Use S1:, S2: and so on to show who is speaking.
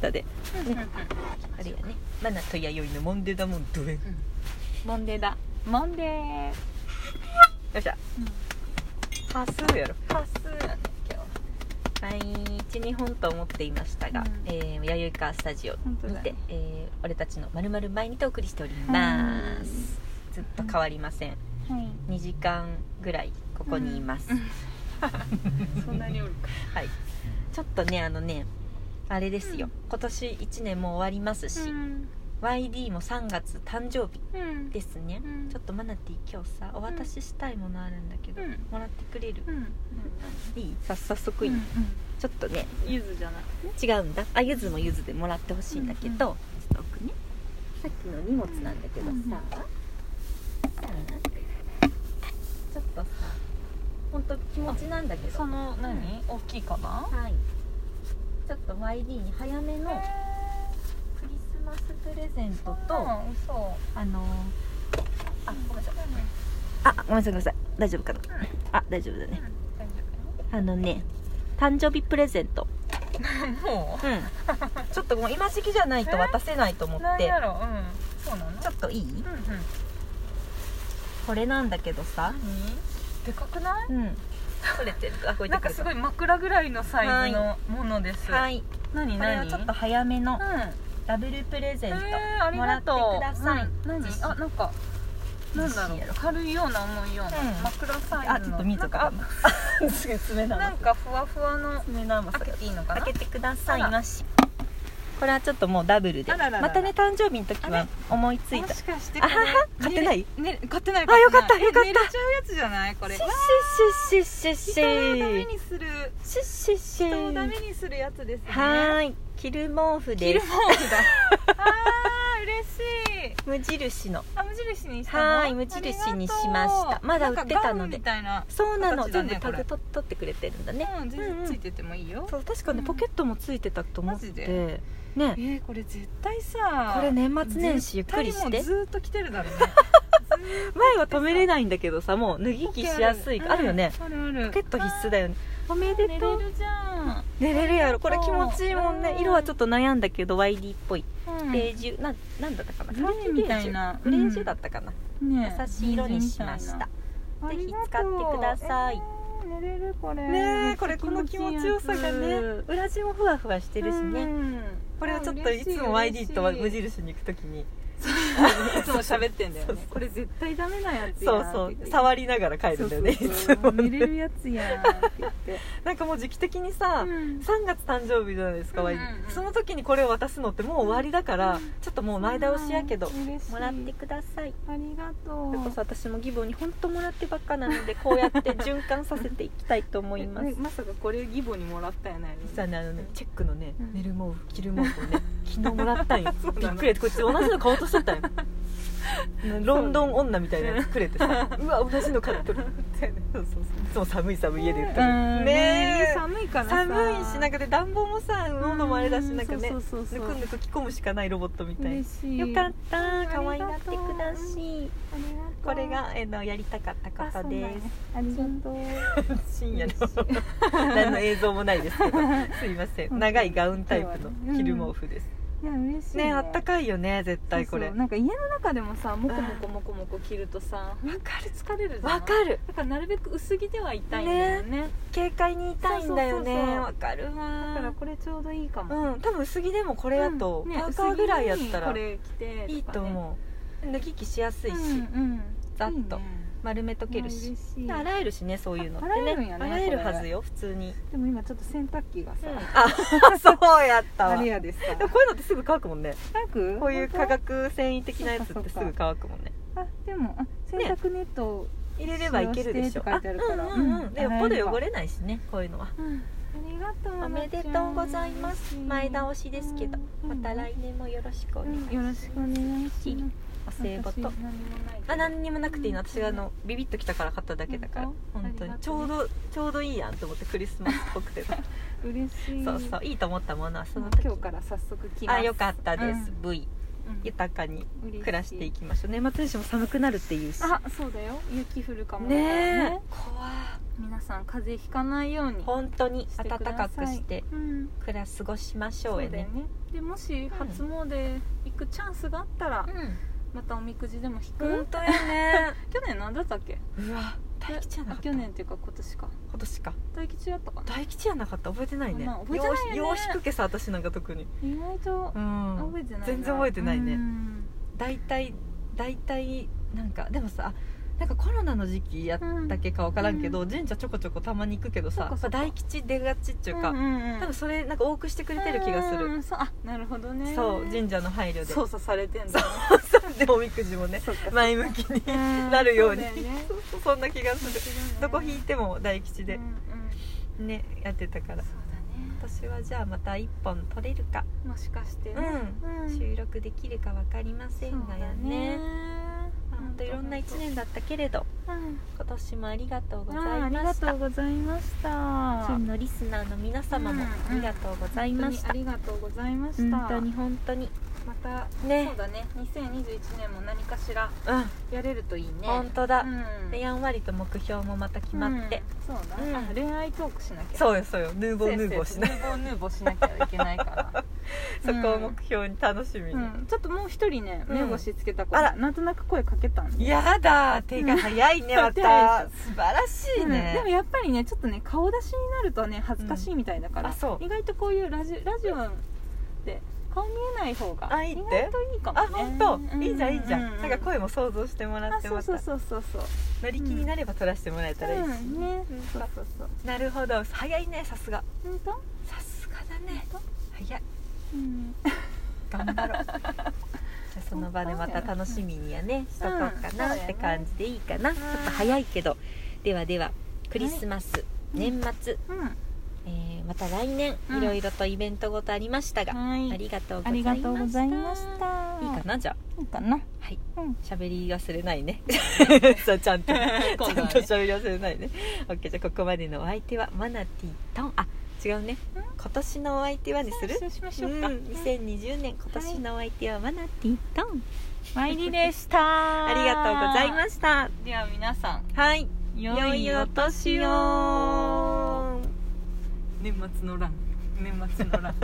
S1: タで
S2: うんうんうん
S1: あれやね「マナと弥生のモンデダモンドゥエン」よ
S2: モンデーだモンデー
S1: っしゃパスやろ
S2: パスやね今日
S1: 毎日2本と思っていましたが、
S2: うん
S1: えー、弥生カースタジオ
S2: 本当
S1: に
S2: だ
S1: て、
S2: ね
S1: えー俺たちのまるまる毎日お送りしております、
S2: はい
S1: ずっと変わりません
S2: はい
S1: 2時間ぐらいここにいます、
S2: うんうんそんなにおるか
S1: はいちょっとねあのねあれですよ、今年1年もう終わりますし、
S2: ん
S1: YD も3月誕生日
S2: うん
S1: ですね、
S2: うん
S1: ちょっとマナティ今日さお渡ししたいものあるんだけど、
S2: うん
S1: もらってくれる、
S2: うん
S1: いいさ早速いい、
S2: うん
S1: ちょっとね
S2: うんゆずじゃなくて
S1: 違うんだあゆずもゆずでもらってほしいんだけど、
S2: うん
S1: ちょっと奥ねさっきの荷物なんだけどさ、
S2: うん
S1: さあちょっとさ本当気持ちなんだけど
S2: そ
S1: は
S2: の何大きいかない
S1: ちょっと YD に早めのクリスマスプレゼントと、
S2: 嘘
S1: あのー
S2: あごめんなさい
S1: あごめんなさいごめんなさい大丈夫かなあ大丈夫だね
S2: 大
S1: あのね誕生日プレゼント
S2: 丈夫も
S1: うんちょっともう今時期じゃないと渡せないと思
S2: う
S1: っ
S2: 何
S1: て
S2: やろうんそうなの
S1: ちょっといい
S2: うんうん
S1: これなんだけどさ
S2: でかくない
S1: うん取れてるあこれ
S2: なんかすごい枕ぐらいのサイズのものです
S1: はい
S2: 何
S1: これは
S2: 何
S1: ちょっと早めの
S2: うん
S1: ダブルプレゼント、
S2: えー、あり
S1: もらっ
S2: が
S1: て
S2: とう
S1: ください、
S2: うん何
S1: 自信
S2: あなんかなんだろ
S1: 自信や
S2: う
S1: ろ
S2: 軽いような重いような、
S1: うん
S2: 枕サイズの
S1: あちょっと見とか
S2: なんか
S1: なすぐ爪
S2: あなんかふわふわの
S1: 爪の甘さ
S2: 開けていいのかな
S1: 開けてください
S2: あら
S1: よしこれはちょっともうダブルで
S2: あらららら
S1: またね誕生日の時は思いつい
S2: も
S1: た
S2: しかして
S1: あはは買ってない
S2: ねね買ってない
S1: あよかった
S2: 買
S1: よかった
S2: え寝れちゃうやつじゃないこれ
S1: シ
S2: わ
S1: ッシッシッシッシッシ
S2: ー人をダメ
S1: ッ
S2: にする
S1: シッシッシ
S2: 人をダ
S1: ッ
S2: メにするやつですね
S1: はーい着る毛布
S2: 着
S1: で
S2: る
S1: す
S2: もんだあー嬉しい
S1: 無印の
S2: あ無印にしたの
S1: はーい無印にしました
S2: ありがとう
S1: まだ売ってたので
S2: なんかガウンみたいな
S1: そうなの
S2: 形だ
S1: 全
S2: ね
S1: 部タ
S2: こ
S1: グ
S2: れ
S1: 取取ってくれてるんだね
S2: うん全
S1: うんう
S2: 然
S1: ん
S2: ついててもいいよ、
S1: そう確かね
S2: うん
S1: ポケットもついてたと思っ
S2: マジ
S1: て
S2: で
S1: ね
S2: えー、これ絶対さ
S1: これ年末年始ゆっくりして
S2: 絶対もうずーっと来てるだろうね
S1: 前は止めれないんだけどさもう脱ぎ着しやすいあるよね
S2: あるある
S1: ポケット必須だ
S2: よ
S1: よねおめで
S2: 寝
S1: と
S2: れ
S1: う
S2: るじゃん、
S1: 寝れるやろこれ気持ちいいもんね
S2: うん
S1: 色はちょっと悩んだけど YD っぽい
S2: うん
S1: ベージュななんだったかな
S2: グレーみたいな
S1: グレージュ
S2: うん
S1: だったかな
S2: ね
S1: 優しい色にしました
S2: あ
S1: ぜ
S2: りがとう
S1: ひ使ってください
S2: えー寝れるこれ
S1: ねえこれこの気持ちよさがね裏地もふわふわしてるし
S2: う
S1: ね
S2: ん
S1: これはちょっといつも
S2: あ嬉し
S1: YD とは無
S2: い
S1: 印に行くときに
S2: いつも喋ってんだよ
S1: そ
S2: ね
S1: うそう
S2: これ絶対ダメなやつや
S1: そ
S2: ん
S1: う
S2: って
S1: そう
S2: 言って
S1: 触りながら帰るんだよねい
S2: そう
S1: つ
S2: そうそ
S1: も
S2: う寝れ
S1: ね
S2: るやつやんって言って
S1: なんかもう時期的にさ
S2: うん
S1: 3月誕生日じゃないですか、
S2: うんうん
S1: YD その時にこれを渡すのってもう終わりだから、
S2: うん
S1: ちょっともう前倒しやけど、
S2: うん嬉しい
S1: もらってください
S2: ありがと
S1: そうれこそ私も義母に本当もらってばっかなのでこうやって循環させていきたいと思います
S2: えまさかこれ義母にもらったやないの
S1: 実はねあのねチェックのね、
S2: うん
S1: 寝る毛布着る毛布を ね昨日もらったんよ
S2: そうな
S1: びっ
S2: の
S1: くりこっち同じの買おうとして たよロンドン女みたいなやつくれてさうわ同じの買っとるみたいなそうそうそういつも寒い寒い家で言ってる
S2: うん
S1: ねえ
S2: 寒いからさ
S1: 寒いしなんかで暖房もさ喉もあれだしなんかね
S2: そうそうそ
S1: ぬ
S2: う
S1: く
S2: そう
S1: ぬく着込むしかないロボットみたい
S2: 嬉しい
S1: よかっ
S2: う
S1: た
S2: ん
S1: 可愛がってくだ
S2: あ
S1: しい
S2: ありがとう
S1: これが、えーのやりたかった
S2: あ
S1: ことで
S2: そうなんやありがとう
S1: す 深夜の
S2: 嬉し
S1: 何の映像もないですけど すいません長いガウンタイプの着る毛布です
S2: いや嬉しい
S1: ねあったかいよね絶対これ
S2: そうそう
S1: わ
S2: なんか家の中でもさモコモコモコモコ着るとさ本
S1: か
S2: 当に疲れるじゃん
S1: わかる
S2: だからなるべく薄着ではいたいんだよね
S1: 軽快にいたいんだよ
S2: そうそうそう
S1: ね
S2: そう
S1: わかる
S2: だから
S1: わ
S2: これちょうどいいかも、
S1: うん多分薄着でもこれだと
S2: うんね
S1: パーカーぐらいやったら
S2: 薄着にこれ着てかね
S1: いいと思う脱ぎ着しやすいし
S2: うんうん、
S1: ざっと
S2: いいね
S1: 丸めとける
S2: い
S1: し
S2: や嬉しい
S1: 洗えるしねそういうのって
S2: あ洗えるん
S1: ね
S2: やね
S1: えるはずよ普通に
S2: でも今ちょっと洗濯機がさ、
S1: あ そうやったわ
S2: あれ
S1: で
S2: やですか
S1: もこういうのってすぐ乾くもんね
S2: 乾く
S1: こういう化
S2: 本
S1: 学繊維的なやつってすぐ乾くもんね
S2: 当あでもあ洗濯ネットを、
S1: 入れればいけるでしょ
S2: 使用してって書いてあるか
S1: う
S2: ら
S1: んうんう
S2: うんん
S1: でよっぽど汚れないしねこういうのは
S2: うん、ありがとう
S1: おめでとうございます前倒しですけどまた来年もよろしくお願い
S2: 年、うん、よろしくお願いします
S1: お歳暮と
S2: 私何もないけど
S1: あ何にもなくていいの
S2: うん
S1: 私があのビビッときたから買っただけだから
S2: 本当
S1: 本当に
S2: ありが
S1: ち
S2: と
S1: ょ
S2: う
S1: うどちょうどいいやんと思ってクリスマスっぽ くて
S2: 嬉しい
S1: そうそういいと思ったものはそ
S2: も
S1: の
S2: う
S1: 時
S2: 今日から早速来ます
S1: あよかったです、
S2: う
S1: V 豊かに
S2: うん嬉し
S1: 暮らしていきましょう年末年始も寒くなるっていうし
S2: あそうだよ雪降るかもだから
S1: ねえ怖
S2: 皆さん風邪ひかないように
S3: 本当に
S2: してくだ
S3: 暖
S2: さい
S3: かくして
S2: うん
S3: 暮ら過ごしましょ
S2: そうう
S3: や
S2: だよ
S3: ね
S2: ねでもし初詣行くチャンスがあったら、またおみくじでも引く、
S3: 本当やね
S2: 去年何だったっけ
S3: うわ大吉やなか
S2: あ
S3: った
S2: 去年っていうか今年か
S1: 今年か
S2: 大吉やったかな
S1: 大吉やなかった覚えてないね
S2: まあ覚えてないよね
S1: ようしようしくけさ私なんか特に
S2: 意外と
S1: う
S2: 覚え
S1: ん
S2: てないな
S1: 全然覚えてないね
S2: うん
S1: 大体大体なんかでもさなんかコロナの時期やったっけか分からんけど、神社ちょこちょこたまに行くけど
S2: そっ
S1: さ
S2: かそっか
S1: 大吉出がちっていうか、
S2: んんうん
S1: 多分それなんか多くしてくれてる気がす
S2: うんう
S1: る、
S2: んそうあなるほどね
S1: そう神社の配慮で
S2: 操作されてんだね
S1: でおみくじもね
S2: そっか
S1: 前向きに
S2: うん
S1: なるように
S2: そだね
S1: そうそうそんな気が
S2: 面
S1: する
S2: 白いね
S1: どこ引いても大吉
S2: う
S1: で
S2: んうん
S1: ねやってたから
S2: そうだね
S1: 私はじゃあまた1本取れるか、
S2: もしかしてね
S1: う
S2: うん
S1: ん、収録できるか分かりませんがやねまあ本当いろんな1年だったけれど
S2: うん
S3: 今年もありがとうご
S2: あ
S3: ざ
S2: ーあ
S3: い
S2: り
S3: ま
S2: が
S3: した
S2: とうございました
S3: 金のリスナーの皆様もありがとうございまし
S2: 本当にあ
S3: た
S2: りがとうございました
S3: 本当に本当に
S2: また
S3: ね
S2: そうだね2021年も何かしら
S1: うん
S2: やれるといいね
S3: 本当だ
S2: うん
S3: でやんわりと目標もまた決まって
S2: うんそうだ、
S3: うん
S2: あ恋愛トークしなきゃう
S1: そうよそうよヌーボーヌーボーしない
S2: ヌーボーヌーボーしなきゃいけないから、
S1: そこを目標に楽しみに、
S2: うん、ちょっともう一人ね
S1: うん
S2: 目星つけた子、
S1: あら
S2: なんとなく声かけたんで
S1: やだ手が早いね
S2: うん
S1: また
S2: 手
S1: 素晴らしい
S2: うんでも
S1: ね、
S2: やっぱりねちょっとね顔出しになるとね恥ずかしいみたいだから、
S1: うんあそう
S2: 意外とこういうラジラジオで顔見えない方が
S1: あいい
S2: 意
S1: って
S2: 外といいかも
S1: あ
S2: ね
S1: 本当いいじゃんいいじゃん、なんか
S2: っ
S1: 声も想像してもらってまた
S2: そうそうそうそう
S1: 乗り気になれば撮らせてもらえたらいいし、
S2: うんね
S1: うん
S2: そうそうそう
S1: なるほど早いねさすが
S2: 本当
S1: さすがだね
S2: 本
S1: 早い
S2: うん
S1: 頑張ろうじゃあその場でまた楽しみにやねしとこうかなって感じでいいかな、
S2: ん
S1: ちょっと早いけどではではクリスマス、
S2: うん
S3: 年末
S2: うん
S3: えーまた来年
S2: うん
S3: いろいろとイベントごとありましたが
S2: はい
S3: ありがとうござ
S2: あ
S3: い
S2: り
S3: ま
S2: が
S3: した
S2: とうございました
S3: いいかなじゃあ
S2: いいかな
S3: はい
S2: うん
S3: 喋り忘れない ね
S1: そうちゃんと、ちゃん
S2: 今度はね
S1: と喋り忘れないね OK じゃあここまでのお相手はマナティとあ違うね
S2: うん
S1: 今年のお相手はにする
S2: そうしまし
S1: う
S2: ょ
S1: ん
S2: うか、
S1: 2020年今年のお相手はマナティと、
S2: マイリでし た
S1: ありがとうございました
S2: では皆さん
S1: はい
S2: 良いお年を年末の欄年末の欄